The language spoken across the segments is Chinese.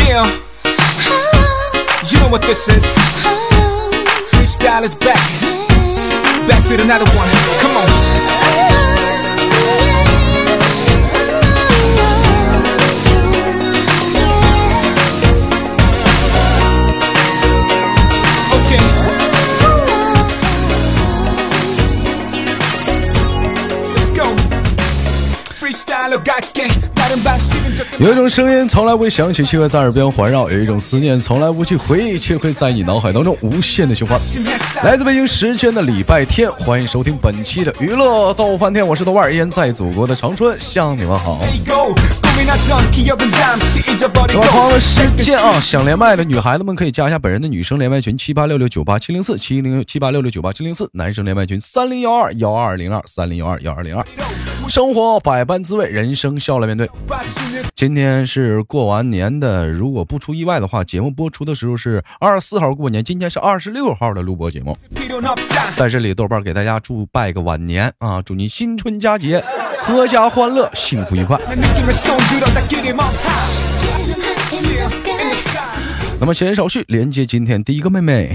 Yeah, you know what this is. Freestyle is back. Back with another one. Come on. Okay. Let's go. Freestyle 갈게. 다른 방식은 저 有一种声音从来不会响起，却会在耳边环绕；有一种思念从来不去回忆，却会在你脑海当中无限的循环。来自北京时间的礼拜天，欢迎收听本期的娱乐逗翻天，我是豆瓣儿，依然在祖国的长春向你们好。 이고 고민하던 기억은 잠시 那 잊어버리고 么同样的时间啊，想连麦的女孩子们可以加一下本人的女生连麦群七八六六九八七零四七零七八六六九八七零四，男生连麦群三零幺二幺二零二三零幺二幺二零二。生活百般滋味，人生笑来面对。 빠지는 今天是过完年的，如果不出意外的话，节目播出的时候是二十四号过年，今天是二十六号的录播节目。 필요는 없다 在这里，豆瓣给大家祝拜个晚年啊，祝你新春佳节阖家欢乐，幸福愉快。 내 느낌에 손들어 다 길이 멈춰 in the sky 那么闲言少叙，连接今天第一个妹妹。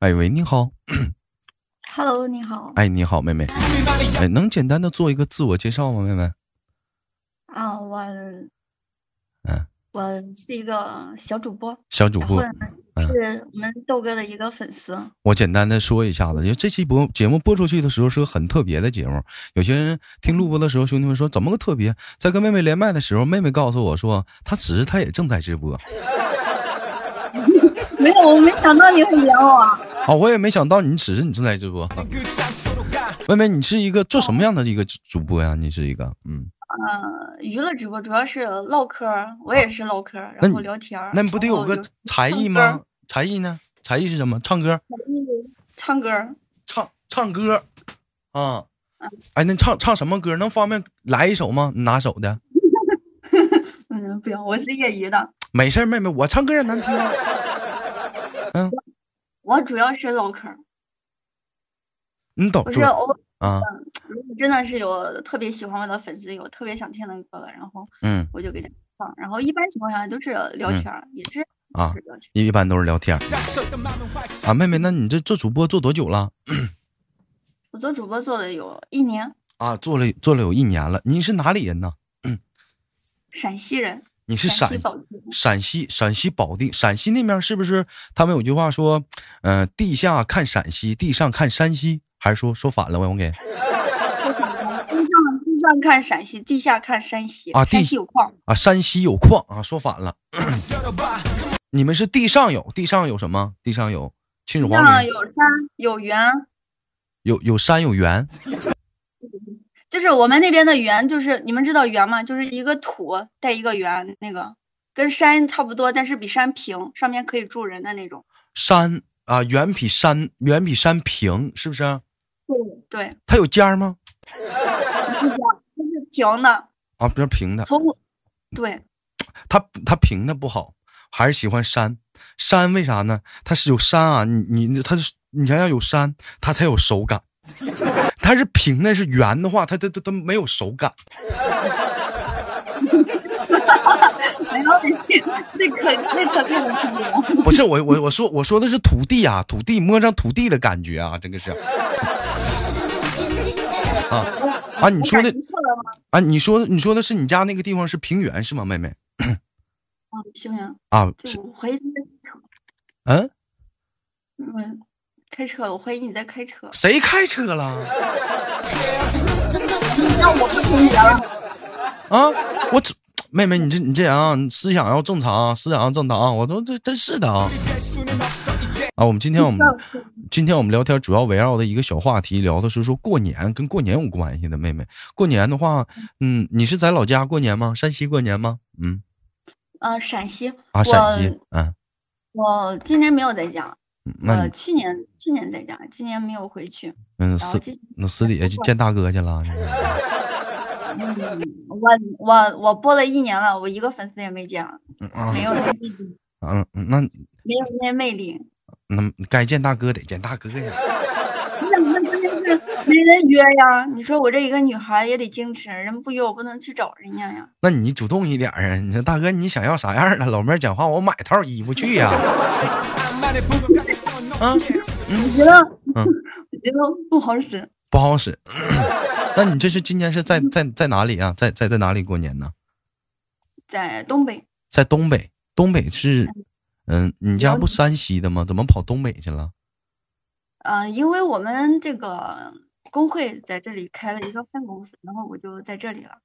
哎喂，你好， Hello，你好。哎你好，妹妹， 우리만의 哎，能简单的做一个自我介绍吗，妹妹？啊，我，嗯，我是一个小主播，小主然后播，嗯呢是我们豆哥的一个粉丝。我简单的说一下子，因为这期播节目播出去的时候是个很特别的节目，有些人听录播的时候，兄弟们说怎么个特别？在跟妹妹连麦的时候，妹妹告诉我说，她此时她也正在直播。 啊没有，我没想到你会连我。啊，我也没想到你此时你正在直播。 그 장소로 가 妹妹，你是一个做什么样的一个主主播呀？你是一个，嗯，嗯，娱乐直播主要是唠嗑儿，我也是唠嗑儿，那然后你聊天儿。那你不得然有后个时才艺哦唱吗歌？才艺呢？才艺是什么？唱歌，唱歌儿，唱唱歌，啊，嗯哎，那唱唱什么歌？能方便来一首吗？你拿手的。嗯，不行，我是业余的，没事儿，妹妹，我唱歌也难听啊。我主要是唠嗑儿。你懂我主是偶尔啊？如果真的是有特别喜欢我的粉丝，有特别想听的歌了，然后嗯我就给他放。然后一般情况下都是聊嗯天儿，也是啊是，聊天儿。一般都是聊天儿 다쳤던 마음은 활짝 啊。妹妹，那你这做主播做多久了？我做主播做了有一年，啊，做了做了有一年了。您是哪里人呢？陕西人，你是陕陕西保鸡人。陕西陕西保定陕西那边是不是？他们有句话说，嗯、地下看陕西，地上看山西，还是说说反了？我给地上地上看陕西，地下看山西。啊山地西有矿，啊，山西有矿啊，说反了。 열어봐 你们是地上有，地上有什么？地上有秦始皇上陵，有山有源，有有山有源就是我们那边的源，就是你们知道源吗？就是一个土带一个圆，那个跟山差不多，但是比山平，上面可以住人的那种。山啊，远比山远比山平，是不是？对，它有尖儿吗？就是平的，啊，不是平的，从我对 它它平的不好，还是喜欢山。山为啥呢？它是有山啊，你你它是你想想有山，它才有手感。它是平的，是圆的话，它它它它没有手感。没有你这可这可太有坑了。不是我我我说我说的是土地啊，土地摸上土地的感觉啊，这个是。啊啊！你我说感的情错了吗？啊，你说你说的是你家那个地方是平原是吗，妹妹？嗯，行不行？啊，是就我怀疑你在扯，嗯，嗯，开车，我怀疑你在开车。谁开车了那我不听你的了。啊？我只妹妹，你这你这人啊，你思想要正常啊，思想要正常啊！我说这真是的啊。 이길 수는 없어 이제 啊，我们今天我们今天我们聊天主要围绕的一个小话题，聊的是说过年跟过年有关系的。妹妹，过年的话，嗯，你是在老家过年吗？山西过年吗？嗯，呃，陕西，啊，陕西，嗯，我我今年没有在家，那呃，你去年去年在家，今年没有回去。嗯然后私今那私底下去见大哥去了？嗯，我我我播了一年了，我一个粉丝也没见，嗯啊 没有那魅力，嗯，那没有那魅力。那该见大哥得见大哥呀。你怎么能跟那个没人约呀。你说我这一个女孩也得矜持，人不约我不能去找人家呀。那你主动一点啊！你说大哥，你想要啥样的？老妹儿讲话，我买套衣服去呀、啊我觉得，嗯 我觉得不好使。不好使。 那你这是今年是在在在哪里啊？在在在哪里过年呢？在东北，在东北，东北是，嗯，你家辽不山西的吗？怎么跑东北去了？嗯、因为我们这个工会在这里开了一个分公司，然后我就在这里了。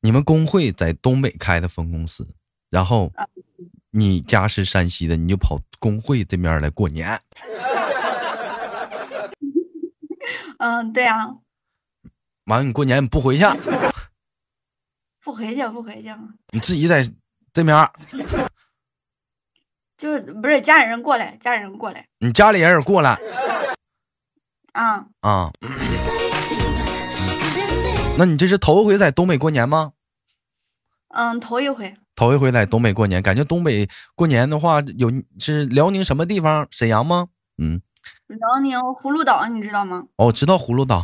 你们工会在东北开的分公司，然后啊你家是山西的，你就跑工会这面来过年。嗯，对呀、完了，你过年你不回 去，不回去，不回去，你自己在这面儿，就不是家里人过来，家里人过来你家里人也过来啊、啊。那你这是头一回在东北过年吗？嗯，头一回，头一回在东北过年，感觉东北过年的话，有是辽宁什么地方？沈阳吗？嗯，辽宁葫芦岛，你知道吗？哦，知道葫芦岛，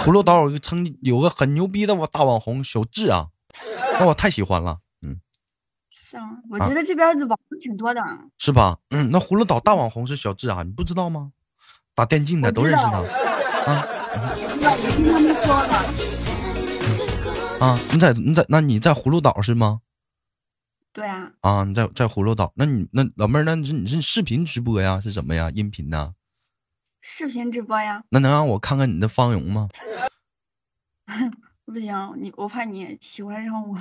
葫芦岛有个曾有个很牛逼的我大网红小智啊，那我太喜欢了，嗯，行，我啊觉得这边的网红挺多的，是吧？嗯，那葫芦岛大网红是小智啊，你不知道吗？打电竞的我都知认识道他听他们说的。啊。你在你在那你在葫芦岛是吗？对啊，啊，你在在葫芦岛，那你那老妹儿，那你是你是视频直播呀？是什么呀？音频呐？视频直播呀，那能让我看看你的芳容吗？不行，你我怕你喜欢上我。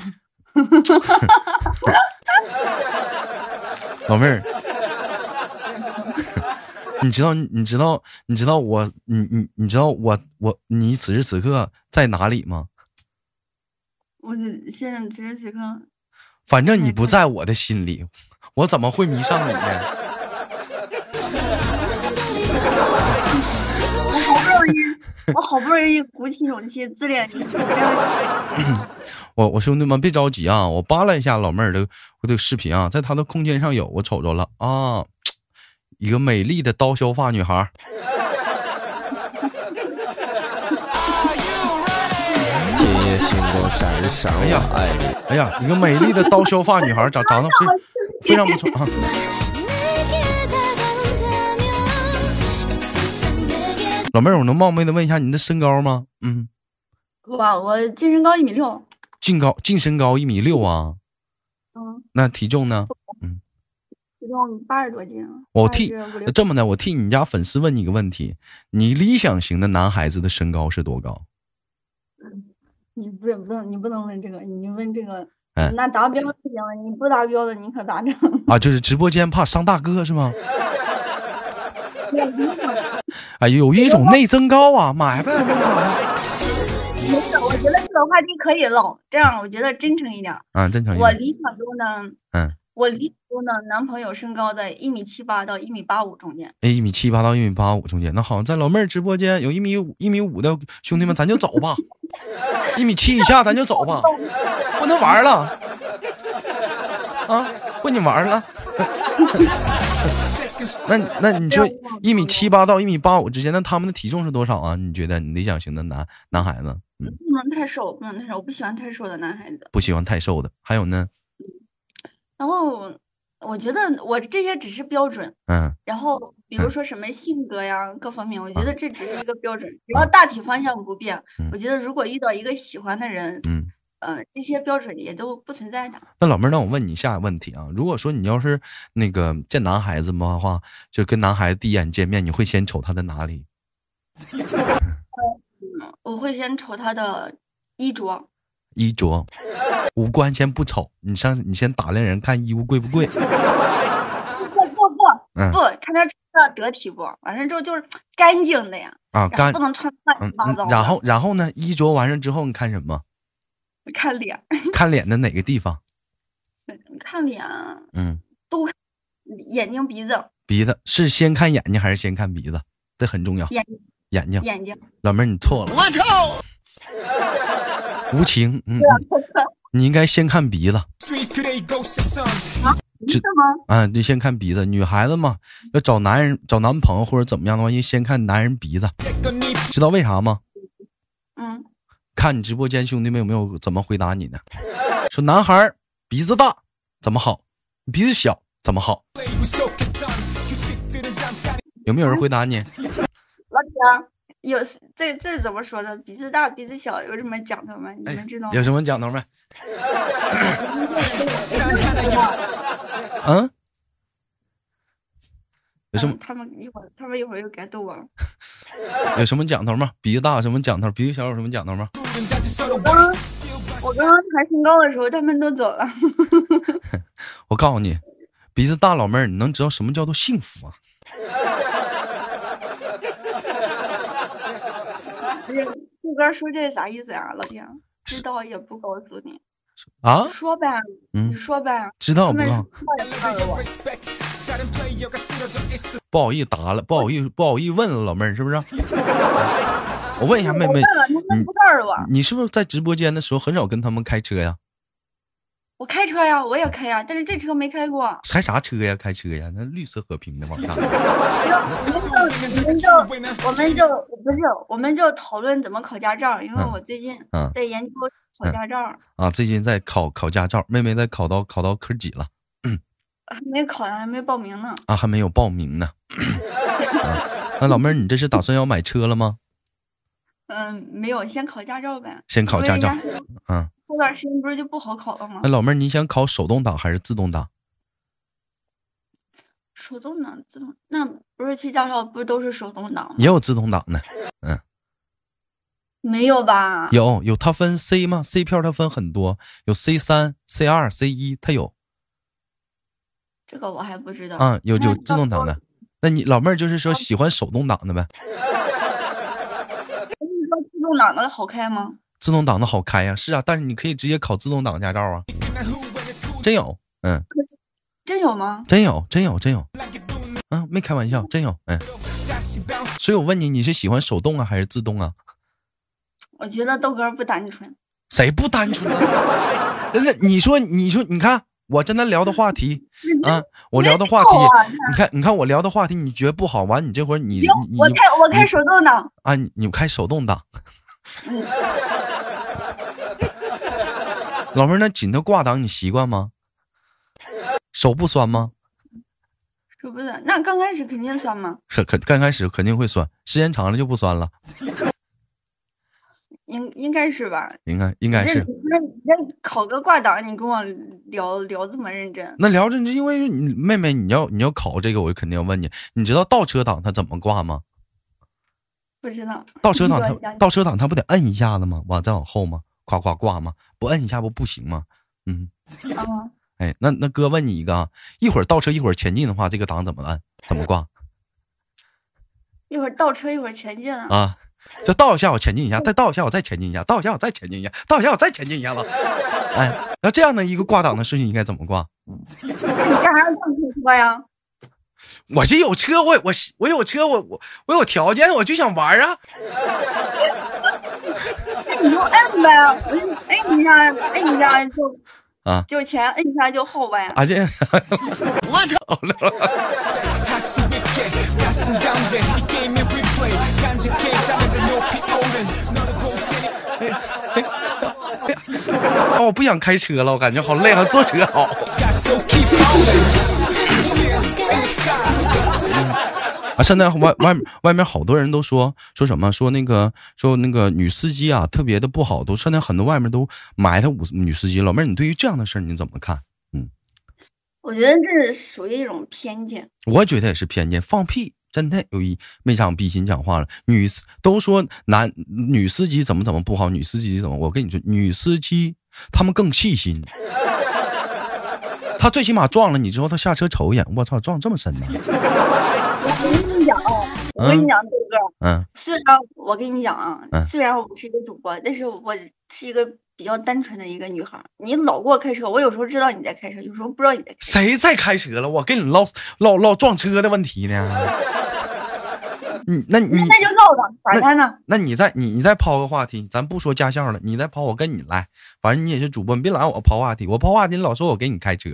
老妹儿， 你知道你知道你知道我你你你知道我我你此时此刻在哪里吗？我现在此时此刻，反正你不在我的心里， 我怎么会迷上你呢？我好不容易，我好不容易鼓起勇气自恋你，就这样我我兄弟们别着急啊，我扒拉一下老妹儿的我这个视频啊，在她的空间上有，我瞅着了啊，一个美丽的刀削发女孩儿。今夜星光闪闪，哎呀我爱你。哎呀，一个美丽的刀削发女孩儿，长长得非非常不错啊。 내게 老妹儿，我能冒昧的问一下你的身高吗？嗯，我我净身高一米六，净高净身高一米六啊。嗯，那体重呢？体重八十多斤。我替85这么的，我替你家粉丝问你一个问题：你理想型的男孩子的身高是多高？你不不能，你不能问这个，你问这个哎，那达标就行了，你不达标的你可咋整？ 啊，就是直播间怕伤大哥是吗？哎，有一种内增高啊，买呗，那啥没事，我觉得这个话题可以唠。这样，我觉得真诚一点儿。啊，正常一我点。理想中呢，嗯，我理想中的男朋友身高在一米七八到一米八五中间。哎，一米七八到一米八五中间。那好，在老妹儿直播间有一米五、一米五的兄弟们，咱就走吧。一米七以下，咱就走吧，不能玩了啊，不你玩了。那你那你说一米七八到一米八五之间，那他们的体重是多少啊？你觉得你理想型的男男孩子，嗯，不能太瘦，不能太瘦，我不喜欢太瘦的男孩子。不喜欢太瘦的。还有呢，然后我觉得我这些只是标准，嗯，然后比嗯如说什么性格呀、各方面，我觉啊得这只是一个标准，只啊要大体方向不变，嗯我觉得如果遇到一个喜欢的人，嗯，呃，这些标准也都不存在的。那老妹儿，让我问你下个问题啊，如果说你要是那个见男孩子嘛的话，就跟男孩子第一眼见面，你会先瞅他的哪里？嗯，我会先瞅他的衣着，衣着，五官先不瞅，你上你先打量人看衣服贵不贵。不不不嗯不，看他穿的得体不？完事之后就是干净的呀，啊，然后 干不，能穿得乱嗯七八糟，的。然后然后呢？衣着完事之后，你看什么？看脸，看脸的哪个地方？看脸，嗯，眼睛、鼻子、鼻子是先看眼睛还是先看鼻子？这很重要。眼眼睛，眼睛，老妹儿你错了。我错。无情，嗯，嗯你应该先看鼻子。 Street 그래 이곳에선 这是吗？啊，你先看鼻子，女孩子嘛，要找男人、找男朋友或者怎么样的话，应先看男人鼻子，知道为啥吗？嗯，看你直播间兄弟们有没有怎么回答你呢？ 说男孩儿鼻子大怎么好，鼻子小怎么好？有没有人回答你？老铁儿，有这这怎么说的？鼻子大鼻子小有什么讲究吗？你哎们知道吗？有什么讲头没？ 嗯，有什么嗯他们一会儿，他们一会儿又该逗我了。有什么讲头吗？鼻子大有什么讲头？鼻子小有什么讲头吗？我刚刚谈身高的时候，他们都走了。 我告诉你，鼻子大老妹儿，你能知道什么叫做幸福啊？这歌说这啥意思呀、老铁儿？知道也不告诉你，啊你，说呗，嗯你说呗。知道他不们告说诉？也不告诉我。不好意思答了，不好意思，不好意思问了，老妹儿是 不是？我问一下妹妹，嗯我问了，他你们不告诉我。你是不是在直播间的时候很少跟他们开车呀？我开车呀，我也开呀，但是这车没开过。开啥车呀？开车呀？那绿色和平的往上。我们就我们就不是，我们就讨论怎么考驾照，因为嗯我最近嗯在研究考嗯驾照，啊，最近在考考驾照，妹妹在考到考到科几了还没考呢，还没报名呢。啊？还没有报名呢。啊、那老妹儿，你这是打算要买车了吗？嗯，没有，先考驾照呗。先考因为驾人照家说嗯，过段时间不是就不好考了吗那？老妹儿，你想考手动挡还是自动挡？手动挡、自动，那不是去驾校不都是手动挡吗？也有自动挡的，没有吧？有有，它分 C 吗？C 票它分很多，有 C 三、C 二、C 一，它有这个我还不知道。啊，有有那自动挡的。那你老妹儿就是说喜欢手动挡的呗？你说自动挡的好开吗？自动挡的好开呀、是啊，但是你可以直接考自动挡驾照啊，真有，嗯，真有吗？真有，真有，真有，啊，没开玩笑，真有，嗯。所以我问你，你是喜欢手动啊还是自动啊？我觉得豆哥不单纯。谁不单纯啊？ 真的，你说，你说，你看我跟他聊的话 题啊，我聊的话题没有啊，你看，你看我聊的话题，你觉得不好，完你这会儿你你行，我你开我开你手动挡。啊，你你开手动 挡。嗯老妹儿，那紧的挂档你习惯吗？手不酸吗？是不是？那刚开始肯定酸嘛，是肯刚开始肯定会酸，时间长了就不酸了，应应该是吧？应该应该这是。那那考个挂档，你跟我聊聊这么认真，那聊着你，因为你妹妹你要你要考这个，我就肯定要问你，你知道倒车档它怎么挂吗？不知道倒车档你说它一下倒车档它不得摁一下子吗？完再往后吗？夸夸挂吗？不摁一下不不行吗？嗯，啊？哎，那那哥问你一个啊，一会儿倒车一会儿前进的话，这个档怎么按？怎么 挂一会儿倒车，一会儿前进啊！啊？就倒一下我前进一下，再倒一下我再前进一下，倒一下我再前进一下，倒一下我再前进一下了。哎，那这样的一个挂档的顺序应该怎么挂？那你干啥要上车说呀？我这有车，我我我有车，我我我有条件，我就想玩啊。那你就摁呗，摁摁一下，摁一下就啊就前，摁一下就后呗。啊这， 啊我不想开车了，我感觉好累啊，坐车好。啊，现在外外外面好多人都说说什么说那个说那个女司机啊特别的不好，都现在很多外面都埋汰五女司机。老妹儿，你对于这样的事儿你怎么看？我觉得这是属于一种偏见，我觉得也是偏见，放屁，真的有一没长逼心讲话了。女司都说男女司机怎么怎么不好，女司机怎么？我跟你说，女司机他们更细 心，他最起码撞了你之后，他下车瞅一眼，我操，撞这么深呢？哦我跟你嗯讲，豆哥，嗯，虽然我跟你讲啊嗯，虽然我是一个主播，但是我是一个比较单纯的一个女孩儿。你老给我开车，我有时候知道你在开车，有时候不知道你在开车。 谁在开车了？我跟你唠唠唠撞车的问题呢？你嗯那你那就唠吧，咋的呢？那你再你你再抛个话题，咱不说驾校了，你再抛我跟你来，反正你也是主播，你别拦我抛话题，我抛话题你老说我给你开 车，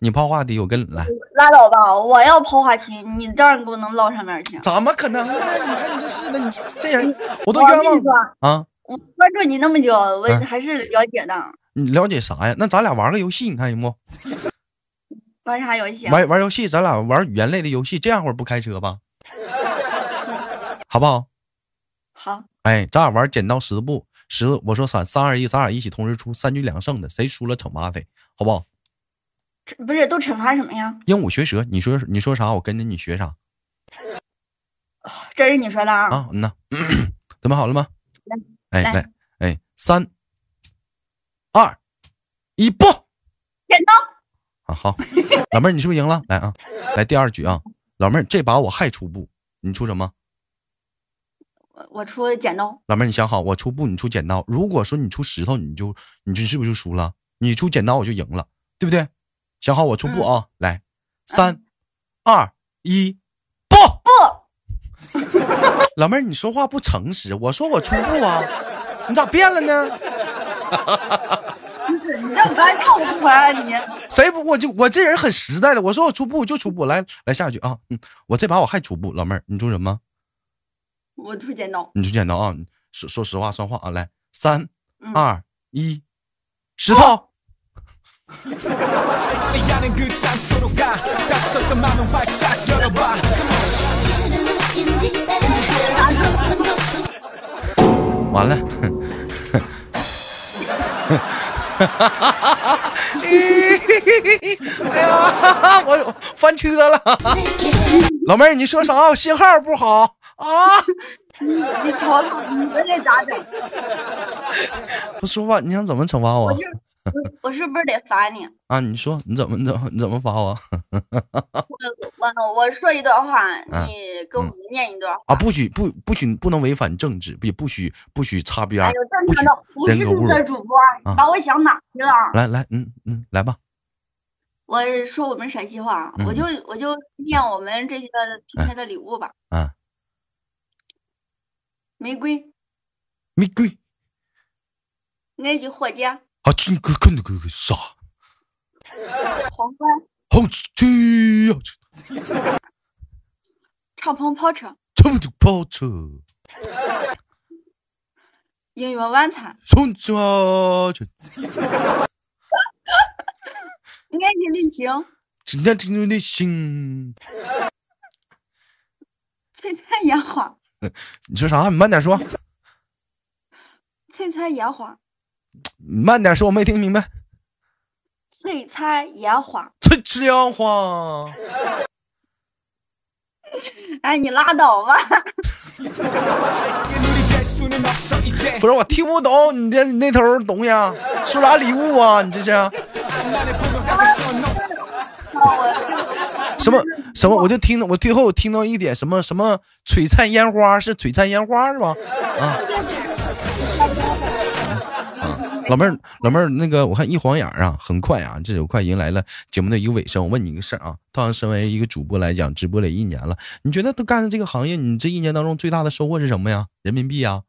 你抛话题我跟你来，拉倒吧，我要抛话题，你照样给我能唠上面去。啊怎么可能呢？你看你这是的，你这人我我都冤跟枉你说，啊！我关注你那么久，我嗯还是了解的。你了解啥呀？那咱俩玩个游戏，你看行不？玩啥游戏啊？玩玩游戏，咱俩玩语言类的游戏，这样会儿不开车吧？好不好？好，哎，咱俩玩剪刀石头布，石头我说三三二一，咱俩一起同时出，三局两胜的，谁输了惩罚谁，好不好？惩不是都惩罚什么呀？鹦鹉学舌，你说你说啥，我跟着你学啥这是你说的啊？啊？嗯 呐，准备好了吗？哎来来，哎，三二一，不剪刀，啊好，老妹儿你是不是赢了？来啊，来第二局啊，老妹儿这把我还出布，你出什么？我我出剪刀，老妹儿，你想好，我出布，你出剪刀。如果说你出石头，你就你这是不是就输了？你出剪刀我就赢了，对不对？想好我出布啊，来，三、二、一，布布。老妹儿，你说话不诚实。我说我出布啊，你咋变了呢？你这不按套路不还啊你？谁不我就我这人很实在的，我说我出布就出布。来来下一局啊，嗯，我这把我还出布。老妹儿，你出什么？我出剪刀，你出剪刀啊？你说说实话算话啊，来，三、嗯二、一，石头。 야는 그 장소로 가 닥쳤던 마음은 활짝 열어봐 아, 完了。哎呀，我翻车了！老妹儿，你说啥？我信号不好啊！你瞧 瞧，你说这咋整？不说话，你想怎么惩罚我我是我是不是得罚你？啊？你说你怎么你怎么你怎么罚我我我我说一段话，你跟我念一段话。啊？不许不不许不能违反政治，也不许不许擦边哎儿呦，，正不许常的，不是人格你侮的辱。主播，啊你把我想哪去了？来来，嗯嗯，来吧，我是说我们陕西话啊，我嗯就我就念我们这些平台的礼物吧。啊，玫瑰，玫瑰埃及货架，啊，这个看这个啥？皇冠，好这呀，敞篷跑车，这么就跑车，英语晚餐，送家去。埃及旅行，只那听着那心，璀璨烟花，你说啥？你慢点说，璀璨烟花，你慢点说，我没听明白。璀璨烟花。这吃杨花，哎，你拉倒吧。 눈이 될 수는 없어 이제 不是我听不懂，你这你那头懂呀？说啥啊礼物啊？你这是 내 보면 가겠어 너 什么什么？我就听我最后听到一点什么什么璀璨烟花，是璀璨烟花是吧？啊。啊，老妹儿，老妹儿，那个我看一晃眼儿啊，很快啊，这就快迎来了节目的一个尾声。我问你一个事儿啊，当然身为一个主播来讲，直播了一年了，你觉得都干的这个行业，你这一年当中最大的收获是什么呀？人民币啊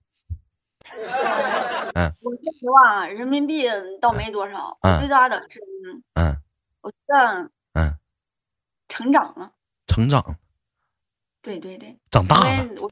呀、我说实话，人民币倒没多少，我嗯最大的是，嗯我觉得嗯，成长了。成长，对对对，长大了，因为我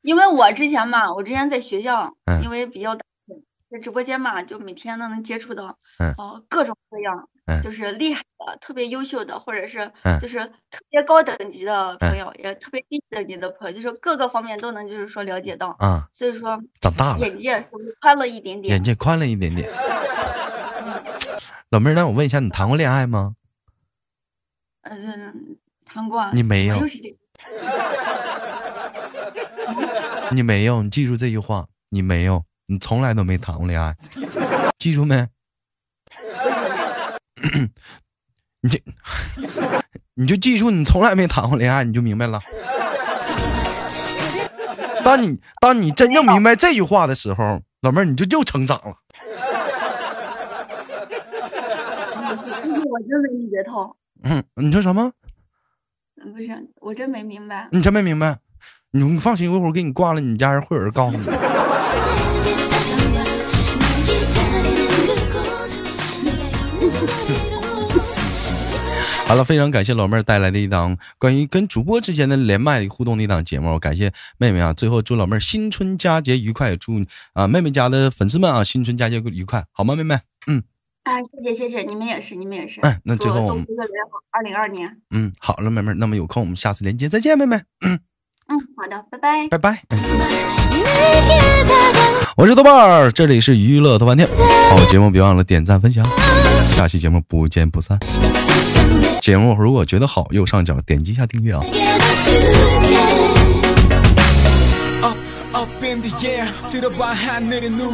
因为我之前嘛，我之前在学校，嗯因为比较单纯在直播间嘛，就每天都能接触到，嗯哦，各种各样，嗯就是厉害的、特别优秀的，或者是嗯就是特别高等级的朋友，也特别低等级的朋友，就是各个方面都能就是说了解到，啊，所以说长大了，眼界是不是宽了一点啊眼点？界宽了一点点。老妹儿，那我问一下，你谈过恋爱吗？嗯，糖瓜，你没我有又是这个，你没有，你记住这句话，你没有，你从来都没谈过恋爱，记住没？ 为什么呀？ 你就记住，你从来没谈过恋爱，你就明白了。当你当你真正明白这句话的时候，老妹儿，你就又成长了。我真没理解透。嗯，你说什么？嗯不是，我真没明白。你真没明白？你你放心，一会儿给你挂了，你家人会有人告诉你。 好了，非常感谢老妹儿带来的一档关于跟主播之间的连麦互动的一档节目，感谢妹妹啊！最后祝老妹儿新春佳节愉快，祝啊妹妹家的粉丝们啊新春佳节愉快，好吗？妹妹，啊，谢谢谢谢，你们也是，你们也是。哎，那最后我祝们祝各位好，二零二年。嗯，好了，妹妹，那么有空我们下次连接再见，妹妹，嗯，好的，拜拜。拜拜。我是豆瓣儿，这里是娱乐豆瓣天。好节目，别忘了点赞分享，下期节目不见不散。节目如果觉得好，右上角点击一下订阅啊。 up, up in the air, 들어봐 하늘의 눈.